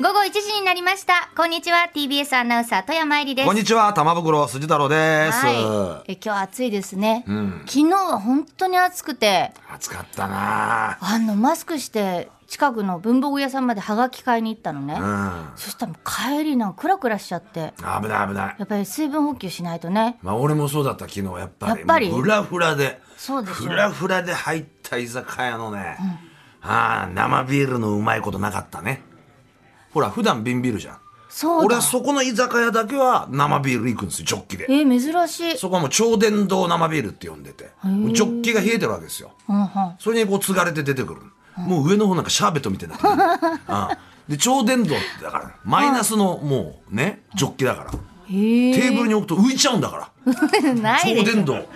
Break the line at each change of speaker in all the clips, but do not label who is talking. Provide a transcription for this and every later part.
午後1時になりました。こんにちは、TBS アナウンサー、富山えりです。
こんにちは、玉袋筋太郎です。
はい。え今日暑いですね。
ん
昨日は本当に暑くて、
暑かったな
あの、マスクして、近くの文房具屋さんまでハガキ買いに行ったのね。
うん。
そしたらもう帰りなんかクラクラしちゃって。
危ない危ない。
やっぱり水分補給しないとね。
まあ俺もそうだった昨日、やっぱり。
やっぱり
もうフラフラで。
そうでしょ
フラフラで入った居酒屋のね、ああ、生ビールのうまいことなかったね。ほら、普段瓶ビールじゃん。
そう
俺
だ
は。そこの居酒屋だけは生ビール行くんですよ、ジョッキで。
え珍しい。
そこはもう超電動生ビールって呼んでて、ジョッキが冷えてるわけですよ。
うんうん。
それにこう継がれて出てくる、もう上の方なんかシャーベットみたいになってる、 うんで超電導ってだからマイナスのもうねジョッキだから、
えー、
テーブルに置くと浮いちゃうんだから
ない
超
でし
電
ょ。
導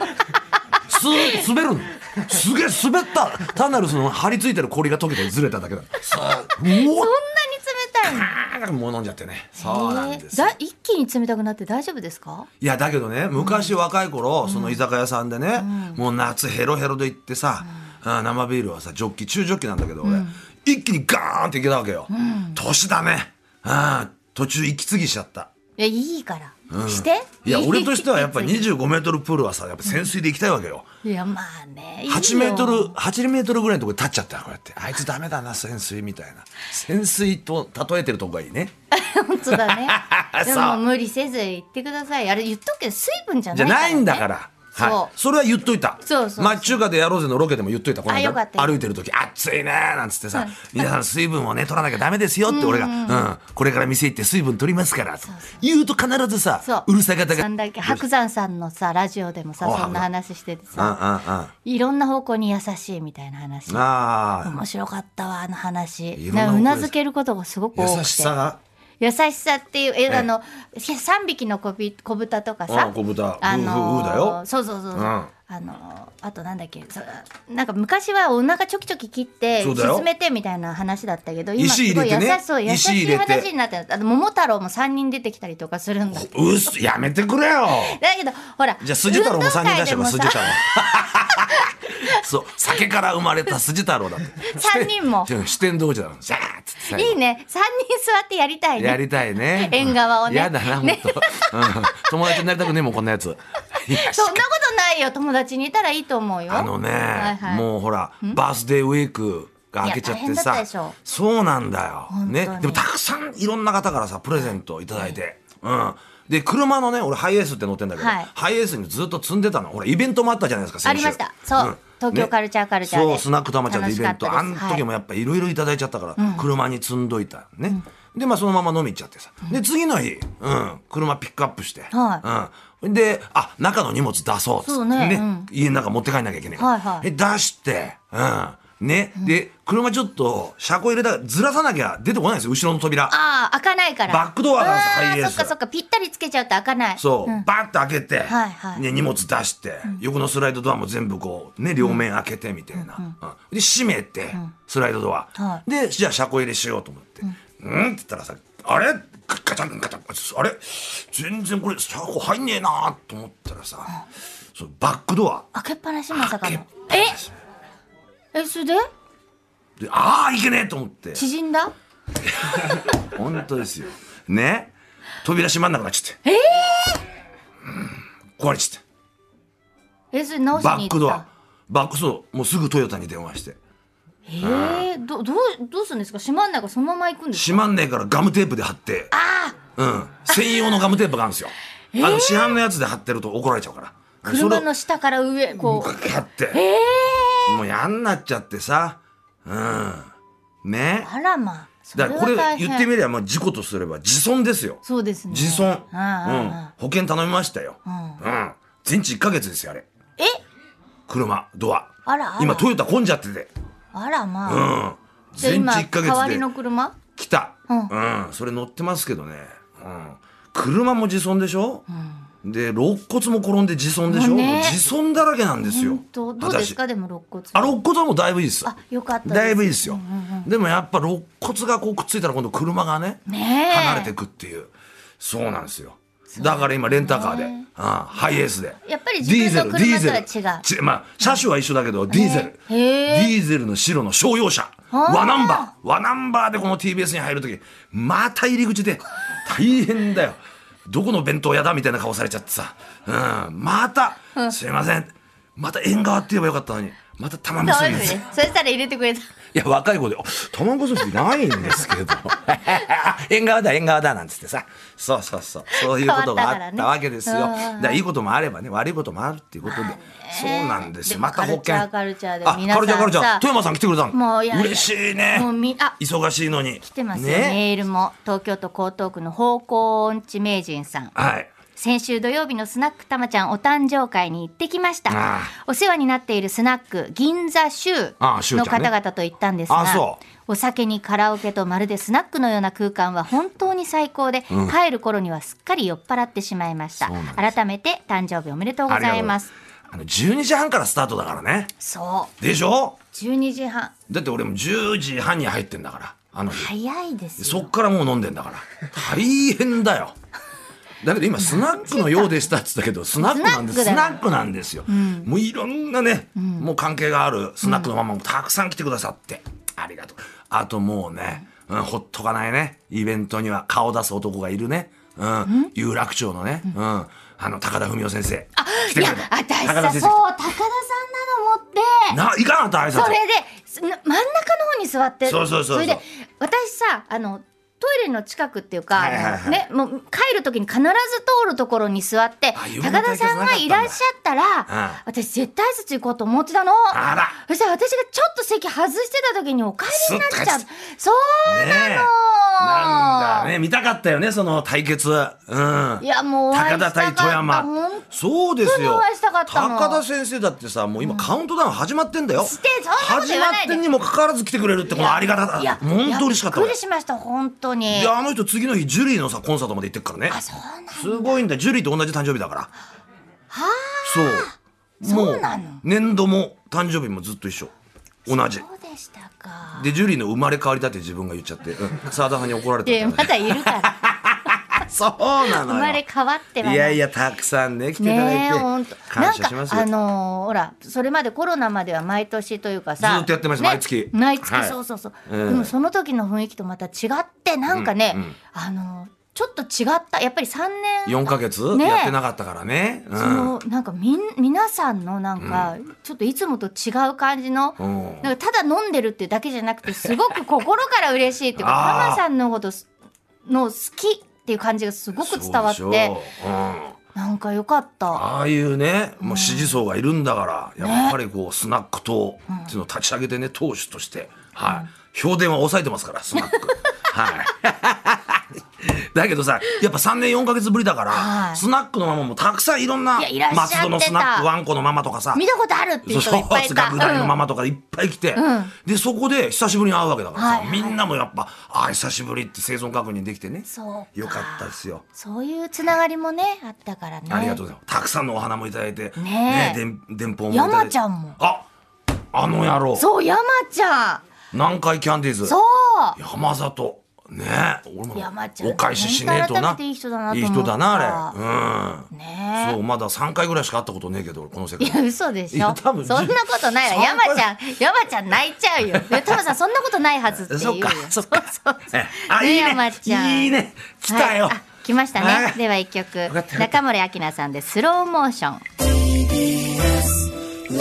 スーッと滑るのすげえ滑った単なるその張り付いてる氷が溶けてずれただけださあうお
そん
ー
なに冷たいの
あーもう飲んじゃってね そうなんです
えーだ一気に冷たくなって大丈夫ですか
いやだけどね昔若い頃、その居酒屋さんでね、もう夏ヘロヘロで行ってさ、あー生ビールはさジョッキ中ジョッキなんだけど俺、一気にガーンっていけたわけよ、年だねあー途中息継ぎしちゃった
いやいいから、して
いや俺としてはやっぱ
い
2 5メートルプールはさやっぱ潜水で行きたいわけよ、
やまあねいいよ
8メートル8メートルぐらいのところに立っちゃったこうやってあいつダメだな潜水みたいな潜水と例えてるとこがいいね
本当だねで
そ
も
う
無理せず言ってくださいあれ言っとくけど水分じゃない
じゃ
から、ね、
ないんだから。
そう
はい、それは言っといた
そうそうそう
町中華でやろうぜのロケでも言っといたこの
あよか
間
ったよ
歩いてる時「暑いね」なんつってさ「皆さん水分をね取らなきゃダメですよ」って俺が「うんこれから店行って水分取りますから」と言うと必ずさ
そう
うるさい方が「う
なんんだっけ白山さんのさラジオでもさ
あ
そんな話してて
うんうん」
さ
あ
いろんな方向に優しいみたいな話
あ
面白かったわあの話
いろんな
な
方向
う
です
なずけることがすごく多くて
優しさが
優しさっていうえ、
え
あの3匹の小び小豚とか
う
さ
ん小豚ううう
の
だよ
そうそうそうそう、
うん
あのあとなんだっけそなんか昔はお腹ちょきちょき切って
そうだよ
沈めてみたいな話だったけど
石
す
入
ご
れ
い
て
優
ね
しそう優
石
し
入
い
れて
話になってるあと桃太郎も3人出てきたりとかするん だだ
うっすやめてくれよ
けどほら
じゃあ筋太郎も3人出し
運動会
たから筋
でも
太
さ
郎 そう酒から生まれた筋太郎だって
三人 も
ちょ四天王寺だろシャーッつって最後
いいね3人座ってやりたいね
やりたいね。
縁側をね
やだな、もっと。うん友達になりたくねえもん、こんなやつ。いや
そんなことないよ友達にいたらいいと思うよ
あのね、
はいはい
もうほら、バースデーウィークが明けちゃっ
い
て
や大変だった
さ
でしょ。
そうなんだよ。
本当
ね
に。
でもたくさんいろんな方からさ、プレゼントをいただいて。うん。で、車のね、俺ハイエースって乗ってんだけど、
はい
ハイエースにずっと積んでたの。ほら、イベントもあったじゃないですか、
あ
先
り
週
ましたそう、
ん
東京
ね
カルチャーカルチャーで、
そうスナックたまちゃんのイベントあ
楽
ん
しかったです
時もやっぱいろいろいただいちゃったから、車に積んどいたね、でまあそのまま飲み行っちゃってさ、で次の日、うん、車ピックアップして、
は
うん、であ中の荷物出そうっつって
そうねうん
家の中持って帰んなきゃいけないから、
はいはい
で出して、うんねで車ちょっと車庫入れたずらさなきゃ出てこないんですよ後ろの扉
ああ開かないから
バックドアなんです
あー
ハイエース
そっかそっかぴったりつけちゃうと開かない
そう、
ん
バーッと開けて、
はいはい
ね、荷物出して、横のスライドドアも全部こうね両面開けてみたいな、うんで閉めて、スライドドア、
は
でじゃあ車庫入れしようと思って「うん」って言ったらさ「あれガチャンガチャンあれ全然これ車庫入んねえな」と思ったらさ、そのバックドア
開けっぱなしまさか
開けっ
の
ぱな
え
し
えそれで
でああいけねえと思って
縮んだ
本当ですよね扉閉まんなくなっちゃってえ壊れちゃって
えそれ直し
バ
に行
ック
っ
ド
た
アバックそうもうすぐトヨタに電話して
ええどどうどうするんですか閉まんないからそのまま行くんですか
閉まんねえからガムテープで貼ってうん専用のガムテープがあるんですよ、あの市販のやつで貼ってると怒られちゃうから
車の
そ
下から上
れを
こう
貼って、もう嫌になっちゃってさうんね
あらまあそれ
だ
は
からこれ
大変
言ってみればもう事故とすれば自損ですよ
そうですね
自損、
ああ
うん、保険頼みましたよ、うん、全治1ヶ月ですよあれ
え
車ドア
あらあら
今トヨタ混んじゃってて
あらま
う
あ、
ん
じゃあ
全治
今
1ヶ
代わ
月で
りの車
来た、
う
うんんそれ乗ってますけどね、うん、車も自損でしょ、で肋骨も転んで自損でし
ま
ょ、
あね
自損だらけなんですよ
本当どうですかでも肋骨
私あ肋骨はもうだいぶいいです
あよかったです
だいぶいいですよ、でもやっぱ肋骨がこうくっついたら今度車がね
ねえ
離れてくっていうそうなんですよだから今レンタカーで、ああハイエースで
やっぱり自分の車とは違う
ディーゼルディーゼルちまあ車種は一緒だけど、ディーゼル
へえ
ディーゼルの白の商用車、和ナンバー和ナンバーでこの TBS に入る時また入り 口で大変だよどこの弁当屋だみたいな顔されちゃってさ、うん、またすいませんまた縁側って言えばよかったのにまた玉
そう
結び
で
ですす
ねそしたら入れてくれた
いや、若い子で、あ卵結びないんですけど、あ 縁側だ、縁側だ、なんつってさ、そうそうそう、そういうことがあったわけですよ。
変わ
だ
ったからねうん
からいいこともあればね、悪いこともあるっていうことで、そうなんです
で
よ。
も
また保
カル
険。
チャーカルチャーで
あ、
皆さん
カルチャーカルチャ
さ
ー。富山さん来てくれた
も
の。
ういやいや
嬉しいね
もう。みあ
忙しいのに。来
来てますよ、メールも東京都江東区の方向音痴名人さん
はい。
先週土曜日のスナックたまちゃんお誕生会に行ってきました
ああ
お世話になっているスナック銀座シュ
ああシ
ー
ュ
の
ーちゃんね
方々と行ったんですが
ああそ
お酒にカラオケとまるでスナックのような空間は本当に最高で、帰る頃にはすっかり酔っ払ってしまいました
そうなん
改めて誕生日おめでとうございます
あの、12時半からスタートだからね。
そう
でしょ
12時半
だって俺も10時半に入ってんだから、あの日。
早いです
そ
よ
っからもう飲んでんだから大変だよだけど今スナックのようでしたっつったけどスナックなんです
ス
ス
ナ
ナ
ッ
ックなんですよ、もういろんなね、もう関係があるスナックのママもたくさん来てくださって、ありがとうあともうね、うん、ほっとかないねイベントには顔出す男がいるね、うん有楽町のね、うんあの高田文夫先生来
い
て
や
くれた
私
高田
さそう高田
先
さん
生
なの持って
ないかなと挨拶
それです真ん中の方に座って
そうそうそうそう
れで私さあのトイレの近くっていうか、
はいはいはい
ね、もう帰る時に必ず通るところに座って
あ夢の
高田
対決な
さ
かったん
ん
だ
がいらっしゃったら
あ
私絶対挨拶行こうと思ってたの
あら
そしたら私がちょっと席外してた時にお帰りになっちゃう
すっ
そう
ねえ
な
な
の
んだね見たかったよねその対決うん
いやもうお会い
高
したか
田対
った
富山
本当に
そうですよ
お会いしたかったの
高田先生だってさもう今カウントダウン始まってんだよ、
してそんなこと
始
言
ま
わ
っ
ないで
てんにもかかわらず来てくれるってこのありがたさ
いや
本当嬉しかった
いやびっく
わ
りしました本当に
であの人次の日ジュリーのさコンサートまで行ってっからね
あそうなんだ
すごいんだよジュリーと同じ誕生日だからはあそうも
そう
う
なの
年度も誕生日もずっと一緒同じ
そうでしたか
でジュリーの生まれ変わりだって自分が言っちゃって、うん、沢田さんに怒られた
で
ん
ま
だよね
だいるから
そうなの
生
よ
まれ変わってはない
いやいやたくさんね来ていただ
ね
い
え
て、
本当な
感
ん
謝します
かあのーほらそれまでコロナまでは毎年というかさ
ずっとやってました
ね
毎月
毎月、
はい
そうそうそう、
ええ
でもその時の雰囲気とまた違ってなんかね、あのーちょっと違ったやっぱり3年
4か月
ねえ
やってなかったからねうん
そのなんかみん皆さんのなんかちょっといつもと違う感じの、
うん
なんかただ飲んでるっていうだけじゃなくてすごく心から嬉しいっていうか
あー
ママさんのことすの好きっていう感じがすごく伝わっ
そうでしょ
て
ううん
なんかよかった
ああいうねもう支持層がいるんだから、やっぱりこうスナック党っていうのを立ち上げてね党首として、はい評伝は抑えてますからスナック はい だけどさやっぱ3年4か月ぶりだから、
はい
スナックのママもたくさんいろんない
やいらっしゃってた
松戸のスナックワンコのママとかさ
見たことあるっていう人がいっぱいいた
学大のマ
うん
マとかいっぱい来て、
ん
でそこで久しぶりに会うわけだからさ、
はいはい
みんなもやっぱ「ああ久しぶり」って生存確認できてね
そう
よかったですよ。
そういうつながりもねあったからね
ありがとうございます。たくさんのお花もいただいて、
ねえ
でん電報もいただい
山
て。
ちゃんも
あ、あの野郎。
そう山ちゃん
南海キャンディーズ。
そう
山里。ねえ、俺も
山ちゃん
お返ししねえ
本当
とな
改め。ていい人だなと
い
思
い
った
人だなあれ。うん。
ねえ
そうまだ3回ぐらいしか会ったことねえけど俺この世
い
界
や嘘でし
い
ょ
や
そ
多
ん
分
なことないわ
そんな
山ちゃん山ちゃん泣いちゃうよでタマさんそんなことないはずっていうよ
そっかそっか
そうそうそう
えあいい
山
ね
ちゃん
いいね来たよ、
はいあ来ました
は
ね
い
では一曲
かった
中森明菜さんでスローモーション
デビュ
え
ー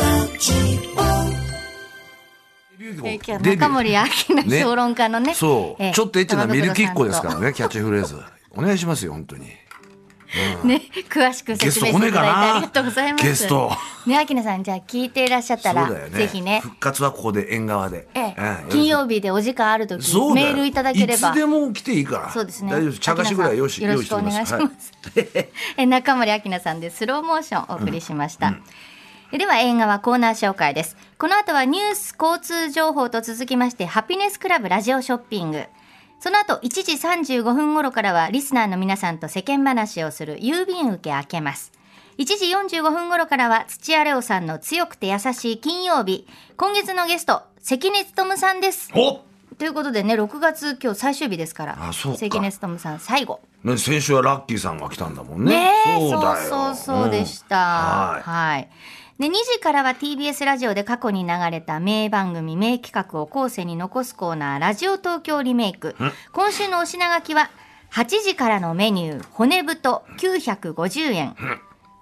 今
曲
日中森明
ね
菜評論家のね
そう、
ええ
ちょっとエッチなミルキッコですか
玉
らねキャッチフレーズお願いしますよ本当 に
所さんとね詳しく
ゲ
説
スト
明して
来ね
いただい
えか
てありが
な
とうございます
ゲスト
ね明菜さんじゃあ聞いていらっしゃったら、
そうだよね
ぜひね
復活はここで縁側で、
ええ
うん
金曜日でお時間あるときメールいただければ
いつでも来ていいから
そうですね
大丈夫です茶菓子ぐらい用意し
明菜さんよろしくお願いします
用意ており
え中森明菜さんでスローモーションをお送りしました、えでは映画はコーナー紹介ですこの後はニュース交通情報と続きましてハピネスクラブラジオショッピングその後1時35分頃からはリスナーの皆さんと世間話をする郵便受け開けます1時45分頃からは土屋レオさんの強くて優しい金曜日今月のゲスト関根勤さんです
はいお
ということでね6月今日最終日ですから
あそうか
関根勤さん最後
ね、先週はラッキーさんが来たんだもんね。
ねえ、
そう
そう
だよ。
そうそうでした。
うんはい
はい。で2時からは TBS ラジオで過去に流れた名番組名企画を後世に残すコーナー「ラジオ東京リメイク」今週のお品書きは8時からのメニュー骨太950円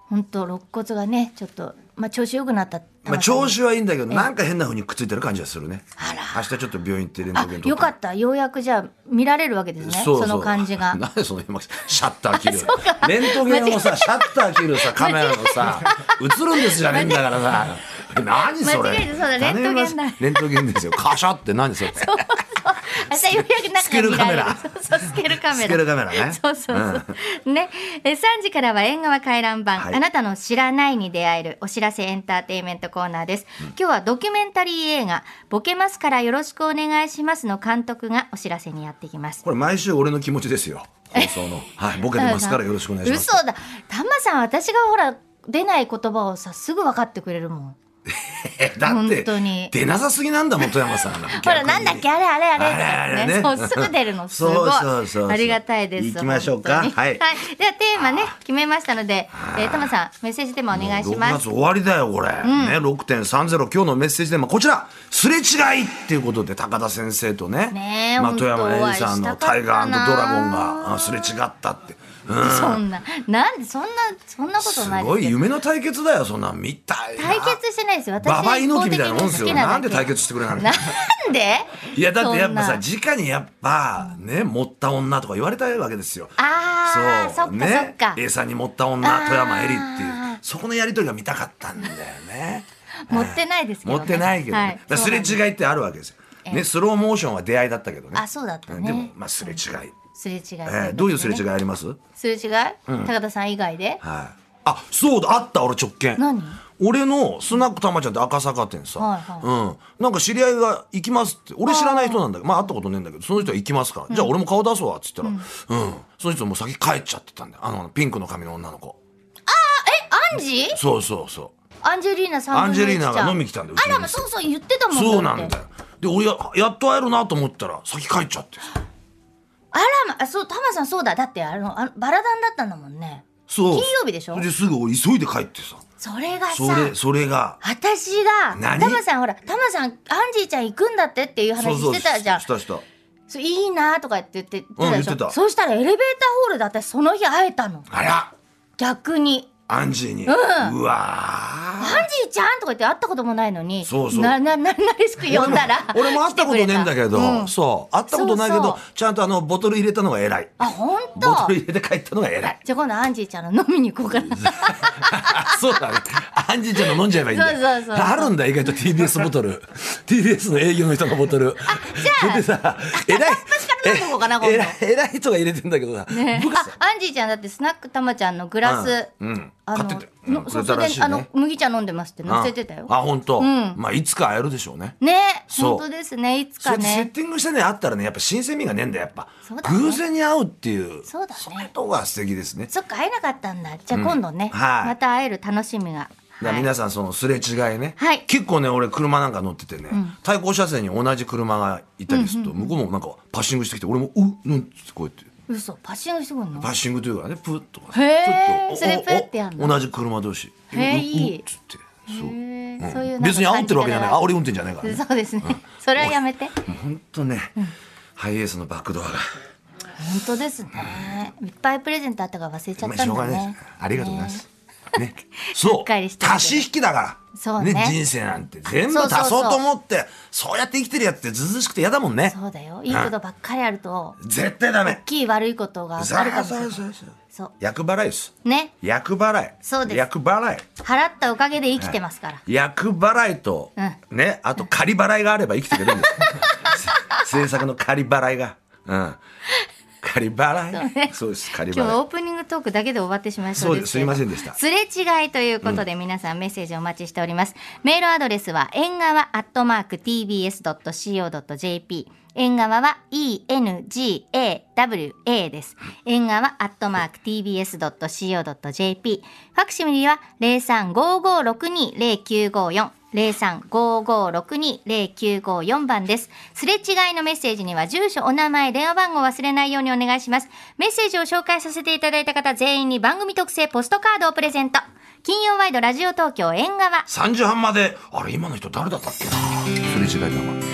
本当肋骨がねちょっと、まあ、調子良くなった
まあ、調
子
子はいいんだけど、なんか変な風にくっついてる感じがするね。
あら
明日ちょっと病院行って連
あ
絡
よかったようやくじゃあ見られるわけですねその感じが
なんでその今、シャッタ ー切る。レントゲンをさ、シャッター切るさ、カメラのさ、映るんですじゃねえんだからさ。何それ。
間違えてそうだレントゲンだ
誰がレントゲンですよ。カシャって何それ。
明日ようやく中が見られる
スケールカメ
そうそうスケールカメラ
スケールカメラね
そうそうそう、ねえ3時からは縁側回覧版、
はい
あなたの知らないに出会えるお知らせエンターテインメントコーナーです、今日はドキュメンタリー映画ボケますからよろしくお願いしますの監督がお知らせにやってきます
これ毎週俺の気持ちですよ。放送 の。はい、ボケてますからよろしくお願いします。
嘘だタマさん私がほら出ない言葉をさすぐ分かってくれるもん
えだっ
本当に
て、出なさすぎなんだもん、富山さんが。ほ
ほらなんだっけあれあれあれ
あれあれあれね
そうすぐ出る のすごい
そうそうそう
ありがたいです
行きましょう
本
か
当に
は
はいい、ではテーマね決めましたのでえー、タマさんメッセージテーマお願いし
もう
ま
6月
す
終わりだよ、これ。ね、6.30。今日のメッセージテーマ、こちら。すれ違いっていうことで、高田先生とね。
ねえ
まあ、
本
富
当
山恵
お会
里さん
いしたか
の
ったな
タイガードラゴンがあすれ違ったって。うん。
そんななんでそんなそんなこと
す
ないです
ごい
けど
夢の対決だよ、そんなん。見たいな。
対決してないですよ私
ババ猪木みたいなもんです
一方的に好き
よ。な
だ
ん
け
で対決してくれないの
なんで
いや、だってやっぱさ、
そんな
直にやっぱ、ね、持った女とか言われたいわけですよ。
あーそっかそっか、
A さんに持った女
あー
富山恵里っていうそこのやり取りが見たかったんだよね
持ってないですけど、
持
ね、
ってないけどね、
はい
だからすれ
そう
違
なんです
いってあるわけですよ、
ええ
ね、スローモーションは出会いだったけどね
あそうだったね
でもまあすれ違い、
すれ違いといこ
ええ
とでね
どういうすれ違いありますはい
すれ違い、高田さん以外で
あそうだあった俺直見
何
俺のスナックたまちゃんって赤坂店さ、
はいはい
うん、なんか知り合いが行きますって俺知らない人なんだけどまあ会ったことねえんだけどその人は行きますから、じゃあ俺も顔出すわっつったら、うんその人もう先帰っちゃってたんだよあのピンクの髪の女の子
アンジ
そうそうそう
アンジェリーナさん
アンジェリーナが飲みに来たんだようち
あ
の
ら
店
まそうそう言ってたもん
そうなん
って
だよで俺ややっと会えるなと思ったら先帰っちゃってさ
あらまあそうタマさんそうだだってあのあのバラダンだったんだもんね
そう
金曜日でしょ
ですぐ俺急いで帰ってさ
それがさ
それそれが
私が
何
タマさんほらタマさんアンジーちゃん行くんだってっていう話してたじゃん
し
そう
たした
いいなとかって言って言ってたでしょ、
うん言ってた
そうしたらエレベーターホールで私その日会えたの
あら
逆に
アンジーに、う
アン
わ
ジーちゃんとか言って会ったこともないのに
そうそう
ななななりしく
ー
呼んだら
俺も俺も会ったことねえんだけど、
うん
そう会ったことないけど
そうそう
ちゃんとあのボトル入れたのが偉い
あ本
ボト
当
ル入れて帰ったのが偉い
じゃあ今度アンジーちゃんの飲みに行こうかな
そう だねアンジーちゃんの飲んじゃえばいいんだよ
そうそうそう
あるんだ意外と TBS ボ トル TBS の営業の人のボトルそれでさ偉い
から飲んでこうかな今度
え偉い偉い人が入れてんだけどさ、僕さ
あアンジーちゃんだってスナックたまちゃんのグラス、
うんうん
あの
買っててうん
の
く
そう
れ
そ
た
れ
ら
で
しいね
あの麦茶飲んでますって載せてたよ
あ本当、
ん
まあいつか会えるでしょうね
ね
そう
本当ですねいつ
そ
か
れでセッ
ね
ティングしてねあったらねやっぱ新鮮味がねえんだよやっぱ、
そうだね
偶然に会うっていう
そうだね
れとが素敵ですね
そっか会えなかったんだじゃあ今度ね、
はい
また会える楽しみが、
だから
はい
皆さんそのすれ違いね、
はい
結構ね俺車なんか乗っててね、対向車線に同じ車がいたりすると、向こうもなんかパッシングしてきて俺も「うっ」なんつってこうやって
嘘パッシングしてくんの
パッシングというかねプッとか
へー
ちょっ
そ
と
れプッてやんの
おお同じ車同士
へー
うっ
いいう
っつって
へ
そう、
ー
うん
そういうなんか
別に煽ってるわけじゃない
感
煽り運転じゃないからね
じ方がそうですね、それはやめて本
もうほんとね、ハイエースのバックドアが
当ですねいっぱいプレゼントあったから忘れちゃっ
まあ
た
し
ん
ょうが
だ
ないです
ね
ねありがとうございます、ね、そ
っかりし
う
てるけど
足し引きだから
そうね
人生なんて全部
そうそうそう
足そうと思ってそうやって生きてるやつってずうずうしくて嫌だもんね
そうだよいいことばっかりあると
絶対ダメ
大きい悪いことがある
そう
かもしれ
そ
ないう
そうそう
そう
厄払いです
ね
厄払い
そうです
厄払い
払ったおかげで生きてますから、
厄払いと、ねあと仮払いがあれば生きてくれるんです 制作の仮払いがうん仮払いそうです仮
今日は
払い
オープニングトークだけで終わってしまいそうですけど
そうですすいませんでした
すれ違いということで皆さんメッセージお待ちしております、メールアドレスは縁側アットマーク tbs.co.jp 縁側は engawa です。縁側アットマーク tbs.co.jp ファクシミリは0355620954 0355620954番です。すれ違いのメッセージには住所、お名前、電話番号を忘れないようにお願いします。メッセージを紹介させていただいた方全員に番組特製ポストカードをプレゼント。金曜ワイドラジオ東京縁側
3時半まであれ今の人誰だったっけなすれ違いだわ